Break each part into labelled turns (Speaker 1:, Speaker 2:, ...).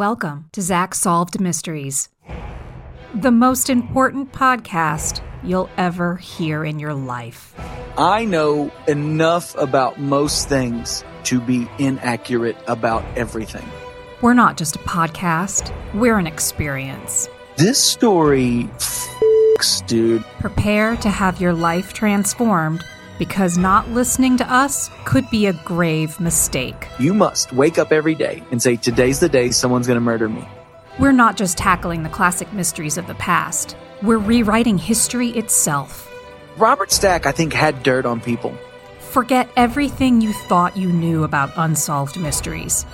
Speaker 1: Welcome to Zach Solved Mysteries, the most important podcast you'll ever hear in your life.
Speaker 2: I know enough about most things to be inaccurate about everything.
Speaker 1: We're not just a podcast, we're an experience.
Speaker 2: This story f***s, dude.
Speaker 1: Prepare to have your life transformed because not listening to us could be a grave mistake.
Speaker 2: You must wake up every day and say, Today's the day someone's going to murder me.
Speaker 1: We're not just tackling the classic mysteries of the past, we're rewriting history itself.
Speaker 2: Robert Stack, I think, had dirt on people.
Speaker 1: Forget everything you thought you knew about unsolved mysteries,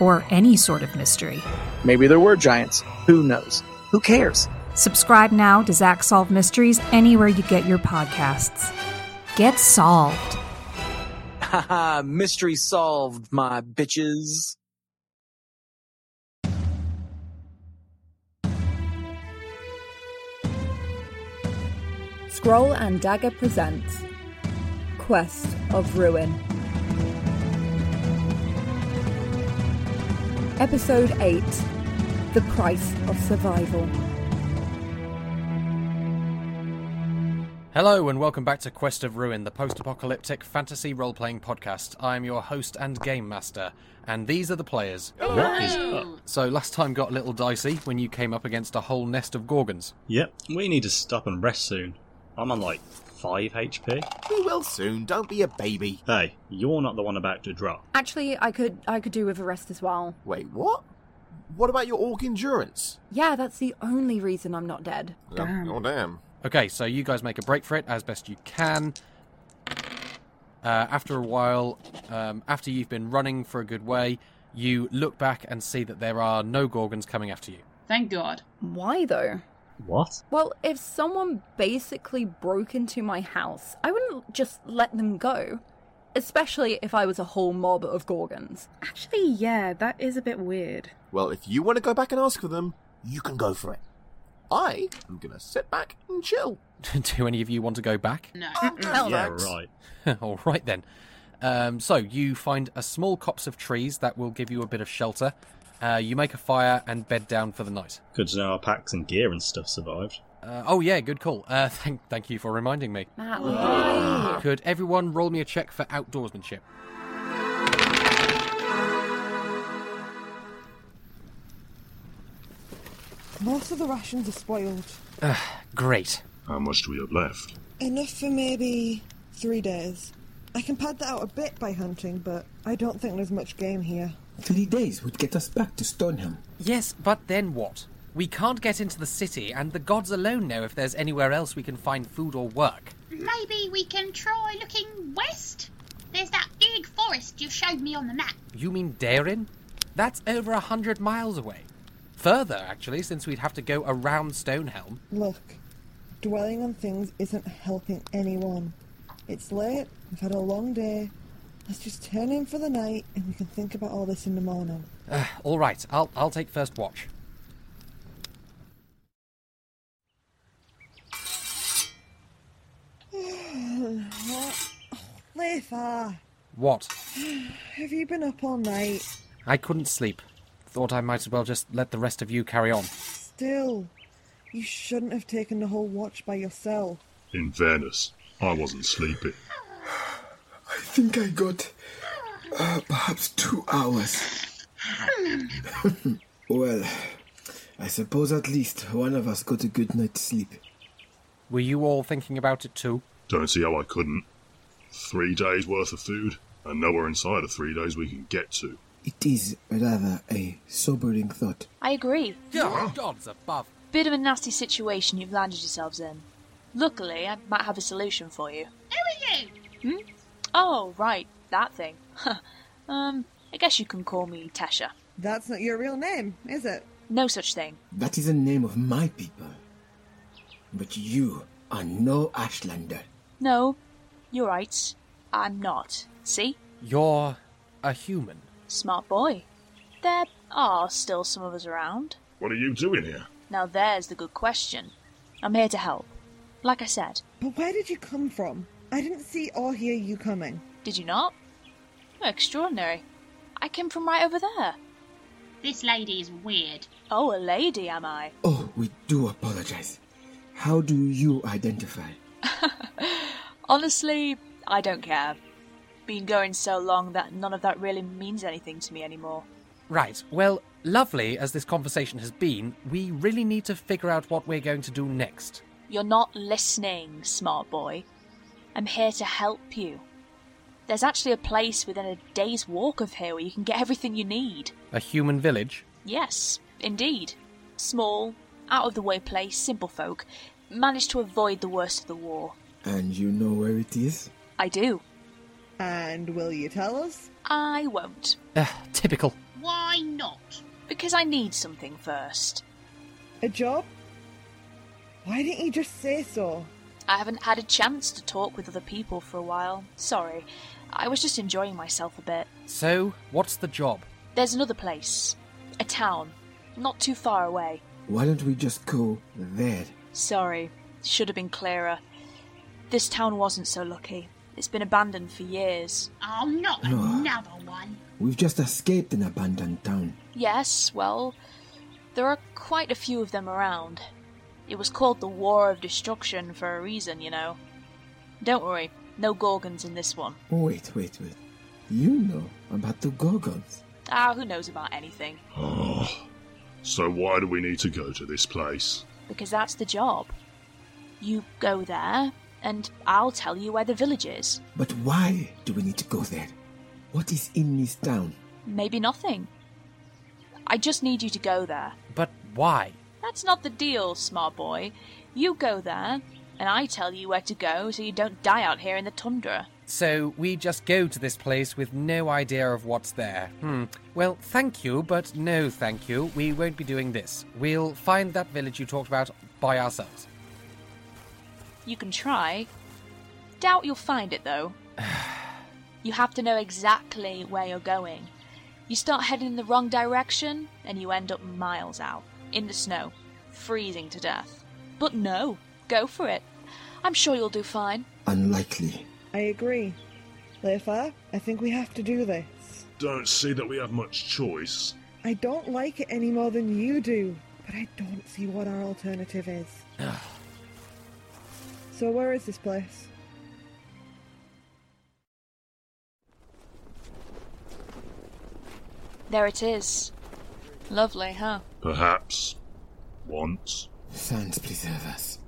Speaker 1: or any sort of mystery.
Speaker 2: Maybe there were giants. Who knows? Who cares?
Speaker 1: Subscribe now to Zach Solve Mysteries anywhere you get your podcasts. Get solved.
Speaker 2: Haha, mystery solved, my bitches.
Speaker 3: Scroll and Dagger presents Quest of Ruin. Episode 8 The Price of Survival.
Speaker 4: Hello and welcome back to Quest of Ruin, the post-apocalyptic fantasy role-playing podcast. I am your host and game master, and these are the players.
Speaker 5: What is
Speaker 4: So last time got a little dicey when you came up against a whole nest of gorgons.
Speaker 5: Yep, we need to stop and rest soon. I'm on like 5 HP.
Speaker 6: We will soon. Don't be a baby.
Speaker 5: Hey, you're not the one about to drop.
Speaker 3: Actually, I could I could do with a rest as well.
Speaker 6: Wait, what? What about your orc endurance?
Speaker 3: Yeah, that's the only reason I'm not dead.
Speaker 6: Damn. Oh, damn.
Speaker 4: Okay, so you guys make a break for it as best you can. Uh, after a while, um, after you've been running for a good way, you look back and see that there are no gorgons coming after you.
Speaker 7: Thank God.
Speaker 3: Why though?
Speaker 5: What?
Speaker 3: Well, if someone basically broke into my house, I wouldn't just let them go. Especially if I was a whole mob of Gorgons.
Speaker 7: Actually, yeah, that is a bit weird.
Speaker 6: Well, if you want to go back and ask for them, you can go for it. I am going to sit back and chill.
Speaker 4: Do any of you want to go back?
Speaker 7: No.
Speaker 6: Hell
Speaker 5: yeah,
Speaker 6: thanks.
Speaker 5: right.
Speaker 4: Mm. All right then. Um, so you find a small copse of trees that will give you a bit of shelter. Uh, you make a fire and bed down for the night.
Speaker 5: Good to know our packs and gear and stuff survived.
Speaker 4: Uh, oh yeah, good call. Uh, thank thank you for reminding me.
Speaker 3: That would be great.
Speaker 4: Could everyone roll me a check for outdoorsmanship?
Speaker 8: Most of the rations are spoiled.
Speaker 4: Great.
Speaker 9: How much do we have left?
Speaker 8: Enough for maybe three days. I can pad that out a bit by hunting, but I don't think there's much game here.
Speaker 10: Three days would get us back to Stoneham.
Speaker 4: Yes, but then what? We can't get into the city, and the gods alone know if there's anywhere else we can find food or work.
Speaker 11: Maybe we can try looking west? There's that big forest you showed me on the map.
Speaker 4: You mean Darin? That's over a hundred miles away. Further, actually, since we'd have to go around Stonehelm.
Speaker 8: Look, dwelling on things isn't helping anyone. It's late, we've had a long day. Let's just turn in for the night and we can think about all this in the morning.
Speaker 4: Uh, All right, I'll I'll take first watch.
Speaker 8: Leitha,
Speaker 4: What?
Speaker 8: have you been up all night?
Speaker 4: I couldn't sleep. Thought I might as well just let the rest of you carry on.
Speaker 8: Still, you shouldn't have taken the whole watch by yourself.
Speaker 9: In fairness, I wasn't sleepy.
Speaker 10: I think I got uh, perhaps two hours. well, I suppose at least one of us got a good night's sleep.
Speaker 4: Were you all thinking about it too?
Speaker 9: Don't see how I couldn't. Three days worth of food, and nowhere inside of three days we can get to.
Speaker 10: It is rather a sobering thought.
Speaker 12: I agree.
Speaker 4: God, gods above.
Speaker 12: Bit of a nasty situation you've landed yourselves in. Luckily, I might have a solution for you.
Speaker 11: Who are you?
Speaker 12: Oh, right, that thing. um, I guess you can call me Tesha.
Speaker 8: That's not your real name, is it?
Speaker 12: No such thing.
Speaker 10: That is the name of my people. But you are no Ashlander.
Speaker 12: No, you're right. I'm not. See?
Speaker 4: You're a human.
Speaker 12: Smart boy. There are still some of us around.
Speaker 9: What are you doing here?
Speaker 12: Now there's the good question. I'm here to help. Like I said,
Speaker 8: But where did you come from? I didn't see or hear you coming.
Speaker 12: did you not? Extraordinary. I came from right over there.
Speaker 11: This lady is weird.
Speaker 12: Oh, a lady, am I?
Speaker 10: Oh, we do apologize. How do you identify?
Speaker 12: Honestly, I don't care. Been going so long that none of that really means anything to me anymore.
Speaker 4: Right, well, lovely as this conversation has been, we really need to figure out what we're going to do next.
Speaker 12: You're not listening, smart boy. I'm here to help you. There's actually a place within a day's walk of here where you can get everything you need.
Speaker 4: A human village?
Speaker 12: Yes, indeed. Small, out of the way place, simple folk managed to avoid the worst of the war.
Speaker 10: And you know where it is?
Speaker 12: I do.
Speaker 8: And will you tell us?
Speaker 12: I won't.
Speaker 4: Uh, typical.
Speaker 11: Why not?
Speaker 12: Because I need something first.
Speaker 8: A job? Why didn't you just say so?
Speaker 12: I haven't had a chance to talk with other people for a while. Sorry. I was just enjoying myself a bit.
Speaker 4: So, what's the job?
Speaker 12: There's another place. A town. Not too far away.
Speaker 10: Why don't we just go there?
Speaker 12: Sorry. Should have been clearer. This town wasn't so lucky. It's been abandoned for years.
Speaker 11: Oh, not
Speaker 10: No.
Speaker 11: another one.
Speaker 10: We've just escaped an abandoned town.
Speaker 12: Yes, well, there are quite a few of them around. It was called the War of Destruction for a reason, you know. Don't worry, no Gorgons in this one.
Speaker 10: Wait, wait, wait. You know about the Gorgons.
Speaker 12: Ah, who knows about anything?
Speaker 9: Oh, so why do we need to go to this place?
Speaker 12: Because that's the job. You go there, and I'll tell you where the village is.
Speaker 10: But why do we need to go there? What is in this town?
Speaker 12: Maybe nothing. I just need you to go there.
Speaker 4: But why?
Speaker 12: That's not the deal, smart boy. You go there, and I tell you where to go so you don't die out here in the tundra.
Speaker 4: So, we just go to this place with no idea of what's there. Hmm. Well, thank you, but no thank you. We won't be doing this. We'll find that village you talked about by ourselves.
Speaker 12: You can try. Doubt you'll find it, though. you have to know exactly where you're going. You start heading in the wrong direction, and you end up miles out, in the snow, freezing to death. But no, go for it. I'm sure you'll do fine.
Speaker 10: Unlikely.
Speaker 8: I agree. Lefa, I think we have to do this.
Speaker 9: Don't see that we have much choice.
Speaker 8: I don't like it any more than you do, but I don't see what our alternative is. so, where is this place?
Speaker 12: There it is. Lovely, huh?
Speaker 9: Perhaps. Once.
Speaker 10: Sans preserve us.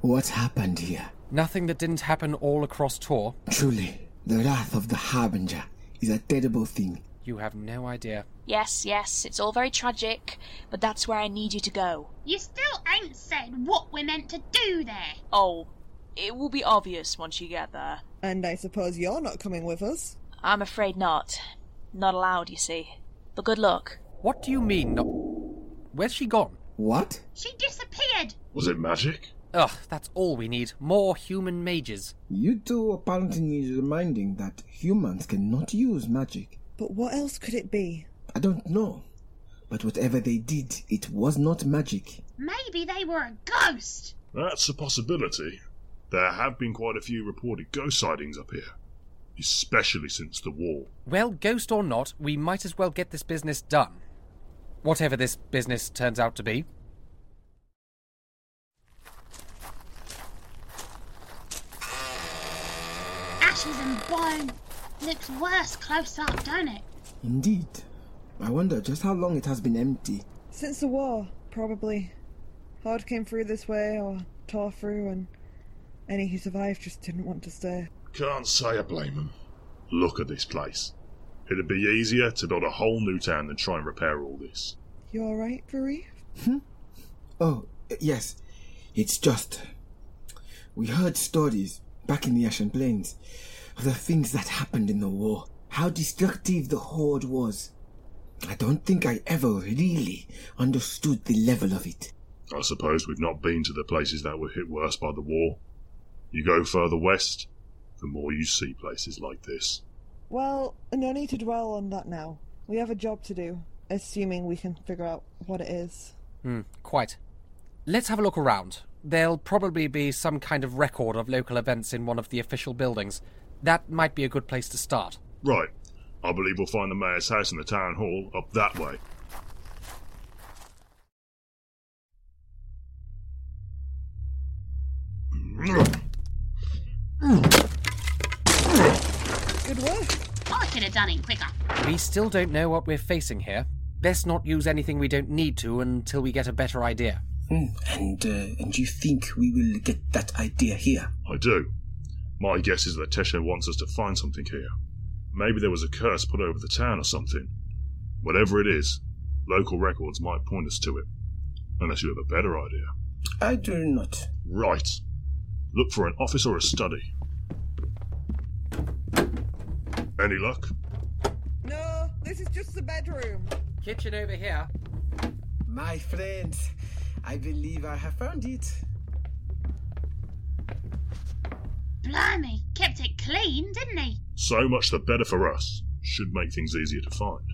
Speaker 10: What happened here?
Speaker 4: Nothing that didn't happen all across Tor.
Speaker 10: Truly, the wrath of the Harbinger is a terrible thing.
Speaker 4: You have no idea.
Speaker 12: Yes, yes, it's all very tragic, but that's where I need you to go.
Speaker 11: You still ain't said what we're meant to do there.
Speaker 12: Oh, it will be obvious once you get there.
Speaker 8: And I suppose you're not coming with us.
Speaker 12: I'm afraid not. Not allowed, you see. But good luck.
Speaker 4: What do you mean? No- Where's she gone?
Speaker 10: What?
Speaker 11: She disappeared.
Speaker 9: Was it magic?
Speaker 4: Ugh, that's all we need. More human mages.
Speaker 10: You two apparently need reminding that humans cannot use magic.
Speaker 8: But what else could it be?
Speaker 10: I don't know. But whatever they did, it was not magic.
Speaker 11: Maybe they were a ghost.
Speaker 9: That's a possibility. There have been quite a few reported ghost sightings up here, especially since the war.
Speaker 4: Well, ghost or not, we might as well get this business done. Whatever this business turns out to be.
Speaker 11: Ashes and bone. Looks worse close up, don't it?
Speaker 10: Indeed. I wonder just how long it has been empty.
Speaker 8: Since the war, probably. Hod came through this way, or tore through, and any who survived just didn't want to stay.
Speaker 9: Can't say I blame them. Look at this place. It'd be easier to build a whole new town than try and repair all this.
Speaker 8: You alright, Varif?
Speaker 10: Oh, yes. It's just. We heard stories back in the Ashen Plains of the things that happened in the war, how destructive the Horde was. I don't think I ever really understood the level of it.
Speaker 9: I suppose we've not been to the places that were hit worse by the war. You go further west, the more you see places like this.
Speaker 8: Well, no need to dwell on that now. We have a job to do, assuming we can figure out what it is.
Speaker 4: Hmm, quite. Let's have a look around. There'll probably be some kind of record of local events in one of the official buildings. That might be a good place to start.
Speaker 9: Right, I believe we'll find the mayor's house and the town hall up that way.
Speaker 8: good work.
Speaker 11: I could have done it quicker.
Speaker 4: We still don't know what we're facing here. Let's not use anything we don't need to until we get a better idea.
Speaker 10: Hmm, And uh, and you think we will get that idea here?
Speaker 9: I do. My guess is that Tesha wants us to find something here. Maybe there was a curse put over the town or something. Whatever it is, local records might point us to it. Unless you have a better idea.
Speaker 10: I do not.
Speaker 9: Right. Look for an office or a study. Any luck?
Speaker 8: No, this is just the bedroom.
Speaker 4: Kitchen over here.
Speaker 10: My friends, I believe I have found it.
Speaker 11: Blimey, kept it clean, didn't he?
Speaker 9: So much the better for us. Should make things easier to find.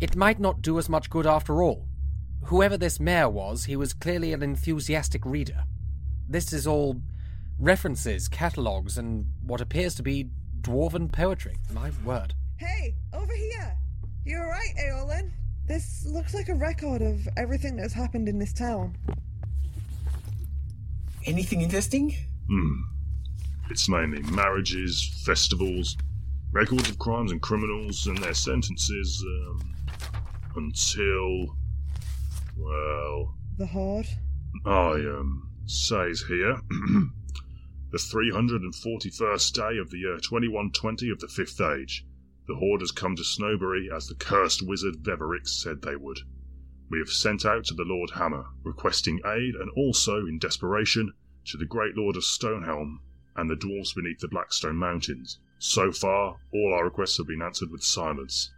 Speaker 4: It might not do us much good after all. Whoever this mayor was, he was clearly an enthusiastic reader. This is all references, catalogues, and what appears to be dwarven poetry. My word.
Speaker 8: Hey, over here. You alright, Aolin? This looks like a record of everything that's happened in this town.
Speaker 10: Anything interesting?
Speaker 9: Hmm. It's mainly marriages, festivals, records of crimes and criminals and their sentences, um, until. Well.
Speaker 8: The Horde.
Speaker 9: I, um, says here. the 341st day of the year 2120 of the Fifth Age. The Horde has come to Snowbury as the cursed wizard Veverix said they would. We have sent out to the Lord Hammer, requesting aid, and also, in desperation, to the great Lord of Stonehelm and the dwarves beneath the Blackstone Mountains. So far, all our requests have been answered with silence.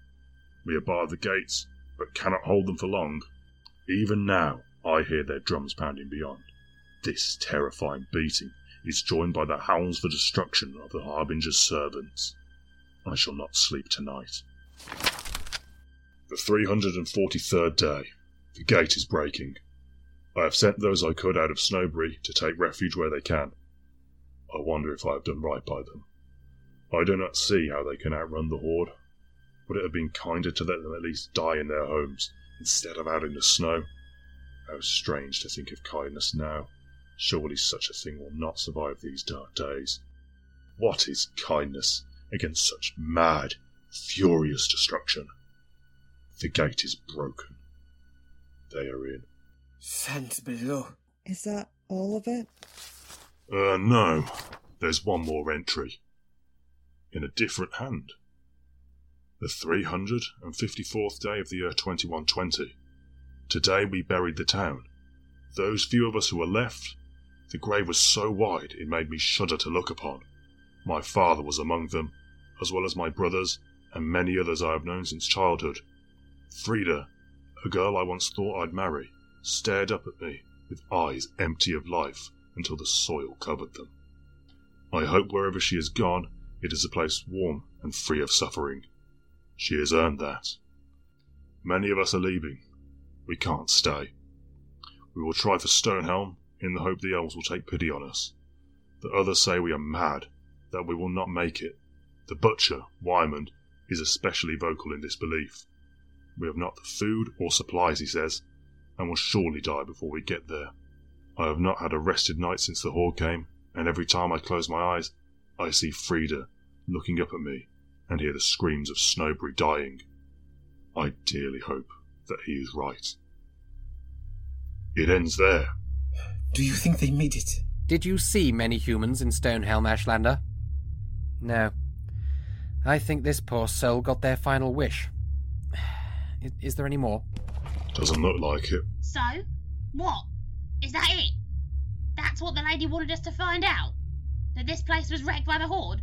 Speaker 9: We are barred the gates, but cannot hold them for long. Even now, I hear their drums pounding beyond. This terrifying beating is joined by the howls for destruction of the Harbinger's servants. I shall not sleep tonight. The 343rd day. The gate is breaking. I have sent those I could out of Snowbury to take refuge where they can. I wonder if I have done right by them. I do not see how they can outrun the Horde. Would it have been kinder to let them at least die in their homes instead of out in the snow? How strange to think of kindness now. Surely such a thing will not survive these dark days. What is kindness against such mad, furious destruction? The gate is broken. They are in.
Speaker 10: Sands below.
Speaker 8: Is that all of it?
Speaker 9: Uh, no. There's one more entry. In a different hand. The 354th day of the year 2120. Today we buried the town. Those few of us who were left, the grave was so wide it made me shudder to look upon. My father was among them, as well as my brothers and many others I have known since childhood. Frida, a girl I once thought I'd marry, stared up at me with eyes empty of life until the soil covered them. I hope wherever she has gone, it is a place warm and free of suffering. She has earned that. Many of us are leaving. We can't stay. We will try for Stonehelm in the hope the elves will take pity on us. The others say we are mad, that we will not make it. The butcher, Wyman, is especially vocal in this belief. We have not the food or supplies, he says, and will surely die before we get there. I have not had a rested night since the horde came, and every time I close my eyes, I see Frida looking up at me and hear the screams of Snowbury dying. I dearly hope that he is right. It ends there.
Speaker 10: Do you think they made it?
Speaker 4: Did you see many humans in Stonehelm, Ashlander? No. I think this poor soul got their final wish. Is, is there any more?
Speaker 9: Doesn't look like it.
Speaker 11: So, what? Is that it? That's what the lady wanted us to find out? That this place was wrecked by the Horde?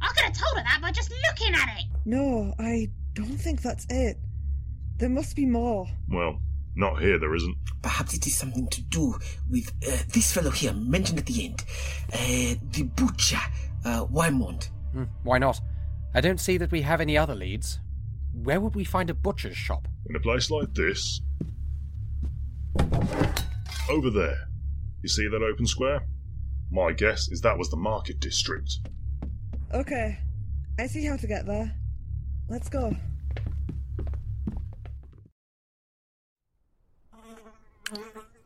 Speaker 11: I could have told her that by just looking at it!
Speaker 8: No, I don't think that's it. There must be more.
Speaker 9: Well, not here, there isn't.
Speaker 10: Perhaps it is something to do with uh, this fellow here mentioned at the end, uh, the butcher, uh, Wymond.
Speaker 4: Hmm, why not? I don't see that we have any other leads. Where would we find a butcher's shop?
Speaker 9: In a place like this. Over there. You see that open square? My guess is that was the market district.
Speaker 8: Okay, I see how to get there. Let's go.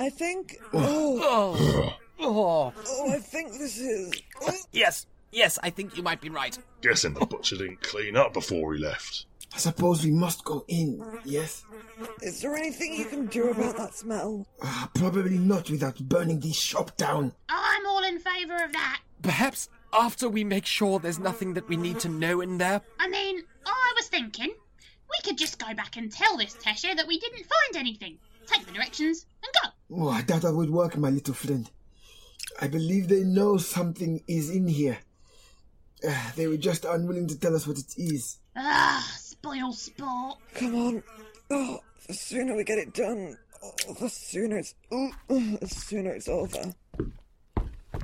Speaker 8: I think. Oh.
Speaker 13: Oh.
Speaker 8: oh, I think this is.
Speaker 13: Yes, yes, I think you might be right.
Speaker 9: Guessing the butcher didn't clean up before he left.
Speaker 10: I suppose we must go in, yes?
Speaker 8: Is there anything you can do about that smell?
Speaker 10: Ah, probably not without burning this shop down.
Speaker 11: I'm all in favour of that.
Speaker 13: Perhaps after we make sure there's nothing that we need to know in there.
Speaker 11: I mean, I was thinking we could just go back and tell this Tesha that we didn't find anything. Take the directions and go.
Speaker 10: Oh, I doubt that would work, my little friend. I believe they know something is in here. Ah, they were just unwilling to tell us what it is.
Speaker 11: Ah, spoil sport.
Speaker 8: Come on. Oh, the sooner we get it done, oh, the sooner it's. Oh, the sooner it's over.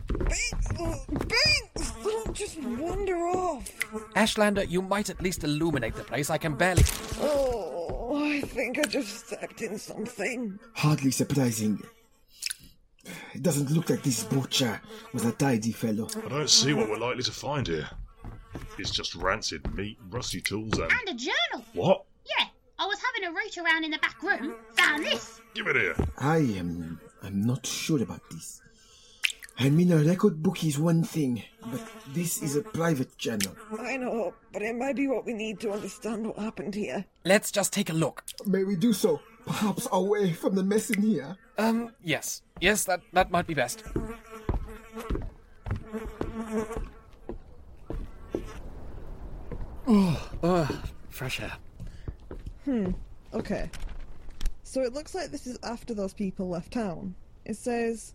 Speaker 8: Binks! Oh, Binks! Don't just wander off!
Speaker 4: Ashlander, you might at least illuminate the place. I can barely.
Speaker 8: Oh, I think I just stepped in something.
Speaker 10: Hardly surprising. It doesn't look like this butcher was a tidy fellow.
Speaker 9: I don't see what we're likely to find here. It's just rancid meat, rusty tools, and.
Speaker 11: And a journal.
Speaker 9: What?
Speaker 11: Yeah, I was having a root around in the back room. Found this.
Speaker 9: Give it here.
Speaker 10: I am. I'm not sure about this. I mean, a record book is one thing, but this is a private journal.
Speaker 8: I know, but it might be what we need to understand what happened here.
Speaker 4: Let's just take a look.
Speaker 10: May we do so? Perhaps away from the mess in here?
Speaker 4: Um, yes. Yes, that, that might be best. Oh, oh, fresh air.
Speaker 8: Hmm. Okay. So it looks like this is after those people left town. It says,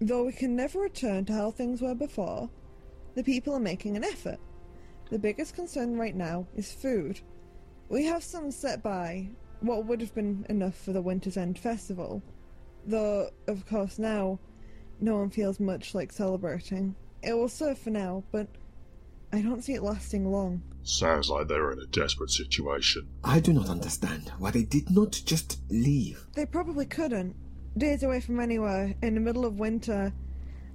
Speaker 8: though we can never return to how things were before, the people are making an effort. The biggest concern right now is food. We have some set by what would have been enough for the Winter's End festival, though, of course, now no one feels much like celebrating. It will serve for now, but I don't see it lasting long.
Speaker 9: Sounds like they're in a desperate situation.
Speaker 10: I do not understand why they did not just leave.
Speaker 8: They probably couldn't. Days away from anywhere, in the middle of winter,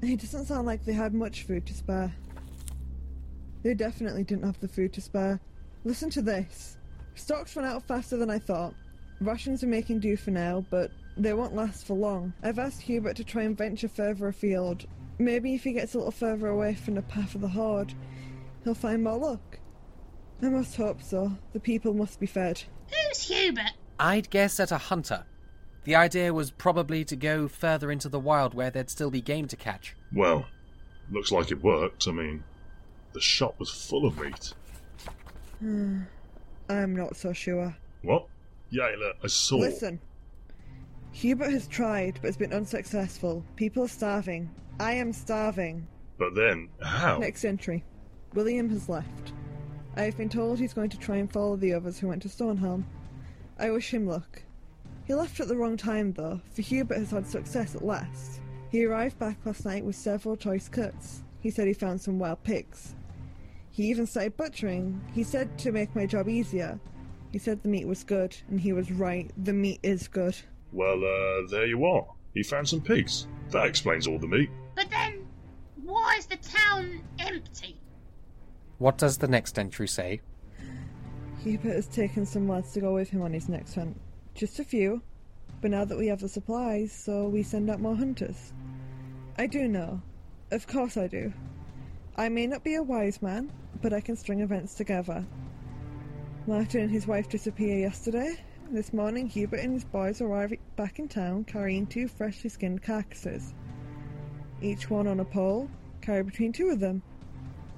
Speaker 8: it doesn't sound like they had much food to spare. They definitely didn't have the food to spare. Listen to this. Stocks run out faster than I thought. Rations are making do for now, but they won't last for long. I've asked Hubert to try and venture further afield. Maybe if he gets a little further away from the path of the horde, he'll find more luck. I must hope so. The people must be fed.
Speaker 11: Who's Hubert?
Speaker 4: I'd guess at a hunter. The idea was probably to go further into the wild where there'd still be game to catch.
Speaker 9: Well, looks like it worked. I mean, the shop was full of meat.
Speaker 8: Hmm, I'm not so sure.
Speaker 9: What? Yayla, I saw.
Speaker 8: Listen. Hubert has tried, but has been unsuccessful. People are starving. I am starving.
Speaker 9: But then, how?
Speaker 8: Next entry. William has left. I have been told he's going to try and follow the others who went to Stonehelm. I wish him luck. He left at the wrong time though, for Hubert has had success at last. He arrived back last night with several choice cuts. He said he found some wild pigs. He even started butchering. He said to make my job easier. He said the meat was good, and he was right. The meat is good.
Speaker 9: Well, uh, there you are. He found some pigs. That explains all the meat.
Speaker 11: But then, why is the town empty?
Speaker 4: What does the next entry say?
Speaker 8: Hubert has taken some lads to go with him on his next hunt. Just a few, but now that we have the supplies, so we send out more hunters. I do know. Of course I do. I may not be a wise man, but I can string events together. Martin and his wife disappear yesterday. This morning, Hubert and his boys arrive back in town carrying two freshly skinned carcasses. Each one on a pole, carried between two of them.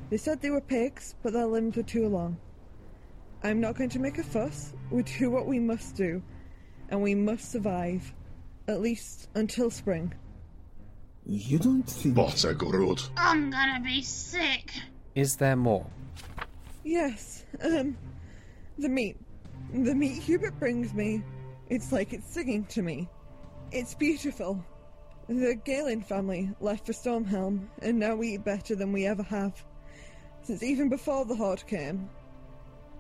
Speaker 8: They said they were pigs, but their limbs were too long. I'm not going to make a fuss. We do what we must do, and we must survive, at least until spring.
Speaker 10: You don't think.
Speaker 9: What a good.
Speaker 11: I'm gonna be sick.
Speaker 4: Is there more?
Speaker 8: Yes, um, the meat. The meat Hubert brings me. It's like it's singing to me. It's beautiful. The Galen family left for Stormhelm, and now we eat better than we ever have. Since even before the Horde came.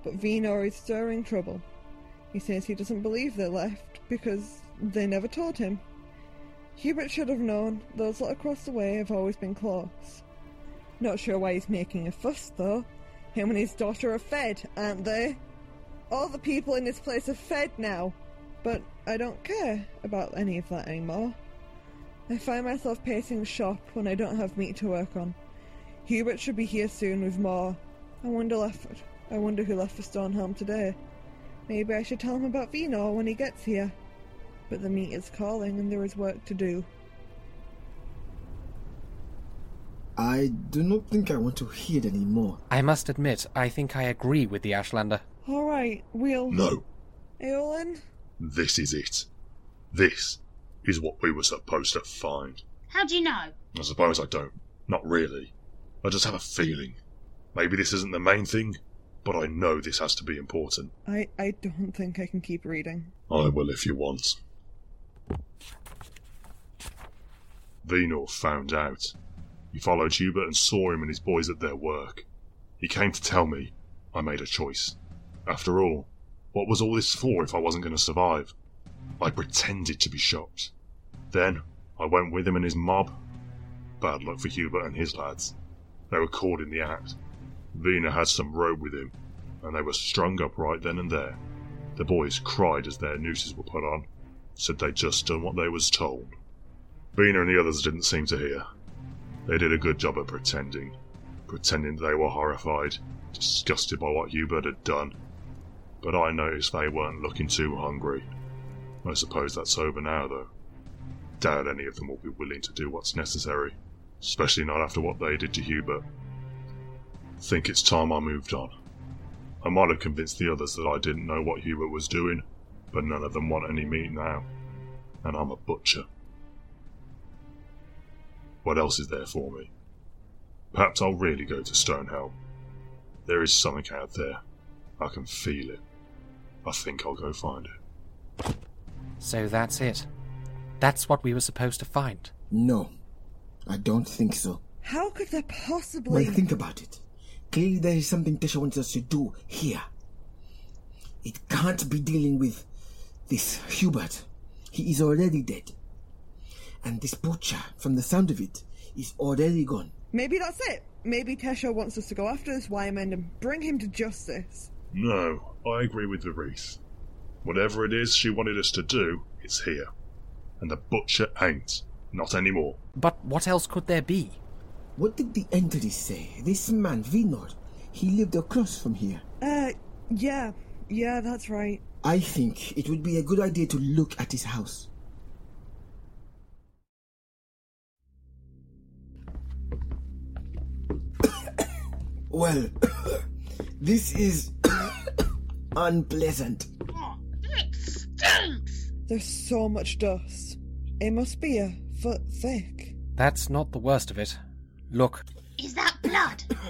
Speaker 8: But Venor is stirring trouble. He says he doesn't believe they left because they never told him. Hubert should have known those lot across the way have always been close. Not sure why he's making a fuss though. Him and his daughter are fed, aren't they? All the people in this place are fed now. But I don't care about any of that anymore. I find myself pacing the shop when I don't have meat to work on. Hubert should be here soon with more. I wonder left. I wonder who left for Stonehelm today. Maybe I should tell him about Venor when he gets here. But the meat is calling and there is work to do.
Speaker 10: I do not think I want to hear it anymore.
Speaker 4: I must admit, I think I agree with the Ashlander.
Speaker 8: All right, we'll.
Speaker 9: No.
Speaker 8: Eolin,
Speaker 9: This is it. This is what we were supposed to find.
Speaker 11: How do you know?
Speaker 9: I suppose I don't. Not really. I just have a feeling. Maybe this isn't the main thing, but I know this has to be important.
Speaker 8: I I don't think I can keep reading.
Speaker 9: I will if you want. Venor found out. He followed Hubert and saw him and his boys at their work. He came to tell me I made a choice. After all, what was all this for if I wasn't going to survive? I pretended to be shocked. Then I went with him and his mob. Bad luck for Hubert and his lads. They were caught in the act. Vina had some rope with him, and they were strung up right then and there. The boys cried as their nooses were put on, said they'd just done what they was told. Vina and the others didn't seem to hear. They did a good job at pretending, pretending they were horrified, disgusted by what Hubert had done. But I noticed they weren't looking too hungry. I suppose that's over now, though. Doubt any of them will be willing to do what's necessary, especially not after what they did to Hubert. Think it's time I moved on. I might have convinced the others that I didn't know what Hubert was doing, but none of them want any meat now, and I'm a butcher. What else is there for me? Perhaps I'll really go to Stonehelm. There is something out there. I can feel it. I think I'll go find it.
Speaker 4: So that's it. That's what we were supposed to find.
Speaker 10: No, I don't think so.
Speaker 8: How could there possibly?
Speaker 10: Well, think about it. Clearly, there is something Tesha wants us to do here. It can't be dealing with this Hubert. He is already dead. And this butcher, from the sound of it, is already gone.
Speaker 8: Maybe that's it. Maybe Tesha wants us to go after this Wyman and bring him to justice.
Speaker 9: No, I agree with the wreath. Whatever it is she wanted us to do, it's here. And the butcher ain't. Not anymore.
Speaker 4: But what else could there be?
Speaker 10: What did the entity say? This man, Vinod, he lived across from here.
Speaker 8: Uh, yeah, yeah, that's right.
Speaker 10: I think it would be a good idea to look at his house. well, this is unpleasant.
Speaker 8: There's so much dust. It must be a foot thick.
Speaker 4: That's not the worst of it. Look,
Speaker 11: Is that blood?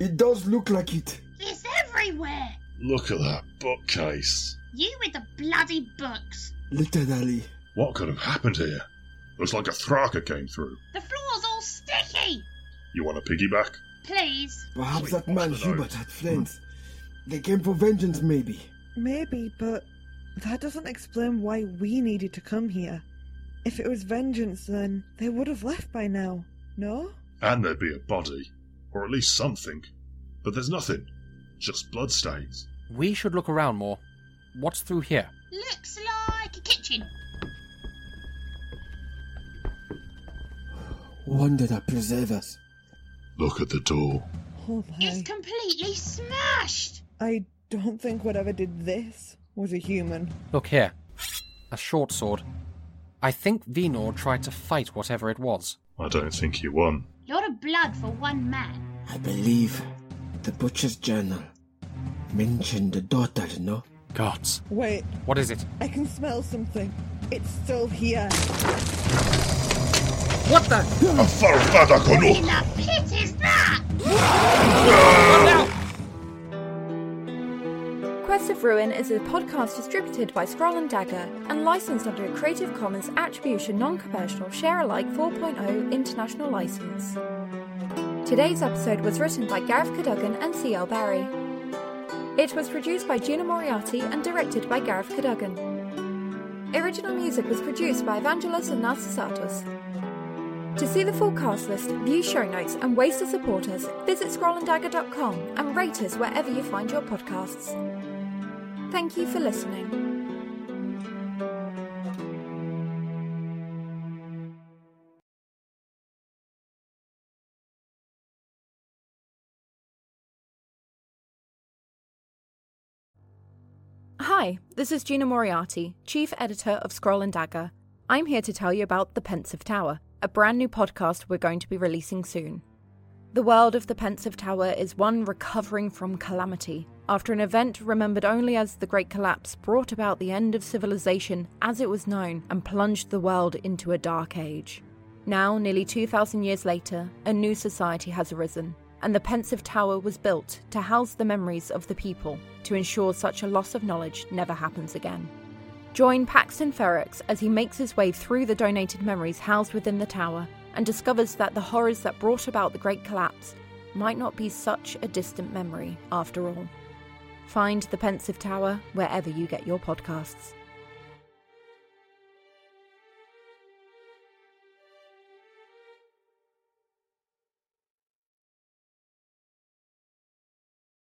Speaker 10: It does look like it.
Speaker 11: It's everywhere.
Speaker 9: Look at that bookcase.
Speaker 11: You with the bloody books.
Speaker 10: Literally.
Speaker 9: What could have happened here? Looks like a Thraka came through.
Speaker 11: The floor's all sticky.
Speaker 9: You want a piggyback?
Speaker 11: Please.
Speaker 10: Perhaps that man Hubert had friends.
Speaker 9: Hmm.
Speaker 10: They came for vengeance, maybe.
Speaker 8: Maybe, but that doesn't explain why we needed to come here. If it was vengeance, then they would have left by now. No?
Speaker 9: And there'd be a body. Or at least something. But there's nothing. Just bloodstains.
Speaker 4: we should look around more. What's through here?
Speaker 11: Looks like a kitchen.
Speaker 10: Wonder that preserve us.
Speaker 9: Look at the door.
Speaker 8: Oh my.
Speaker 11: It's completely smashed.
Speaker 8: I don't think whatever did this was a human.
Speaker 4: Look here. A short sword. I think Venor tried to fight whatever it was.
Speaker 9: I don't think he won.
Speaker 11: A lot of blood for one man.
Speaker 10: I believe the butcher's journal mentioned a daughter, no?
Speaker 4: Gods.
Speaker 8: Wait,
Speaker 4: What is it?
Speaker 8: I can smell something. It's still here.
Speaker 4: What the?
Speaker 9: A farfada
Speaker 11: In the pit is that?
Speaker 14: Quest of Ruin is a podcast distributed by Scroll and Dagger and licensed under a Creative Commons Attribution Non Commercial Share Alike 4.0 International License. Today's episode was written by Gareth Cadogan and C.L. Barry. It was produced by Gina Moriarty and directed by Gareth Cadogan. Original music was produced by Evangelos and Narcissatos. To see the full cast list, view show notes, and ways to support us, visit scrollanddagger.com and rate us wherever you find your podcasts. Thank you for listening. Hi, this is Gina Moriarty, Chief Editor of Scroll and Dagger. I'm here to tell you about The Pensive Tower, a brand new podcast we're going to be releasing soon. The world of The Pensive Tower is one recovering from calamity after an event remembered only as the Great Collapse brought about the end of civilization as it was known and plunged the world into a dark age. Now, nearly 2,000 years later, a new society has arisen, and the Pensive Tower was built to house the memories of the people to ensure such a loss of knowledge never happens again. Join Paxton Ferrex as he makes his way through the donated memories housed within the tower and discovers that the horrors that brought about the Great Collapse might not be such a distant memory after all. Find the Pensive Tower wherever you get your podcasts.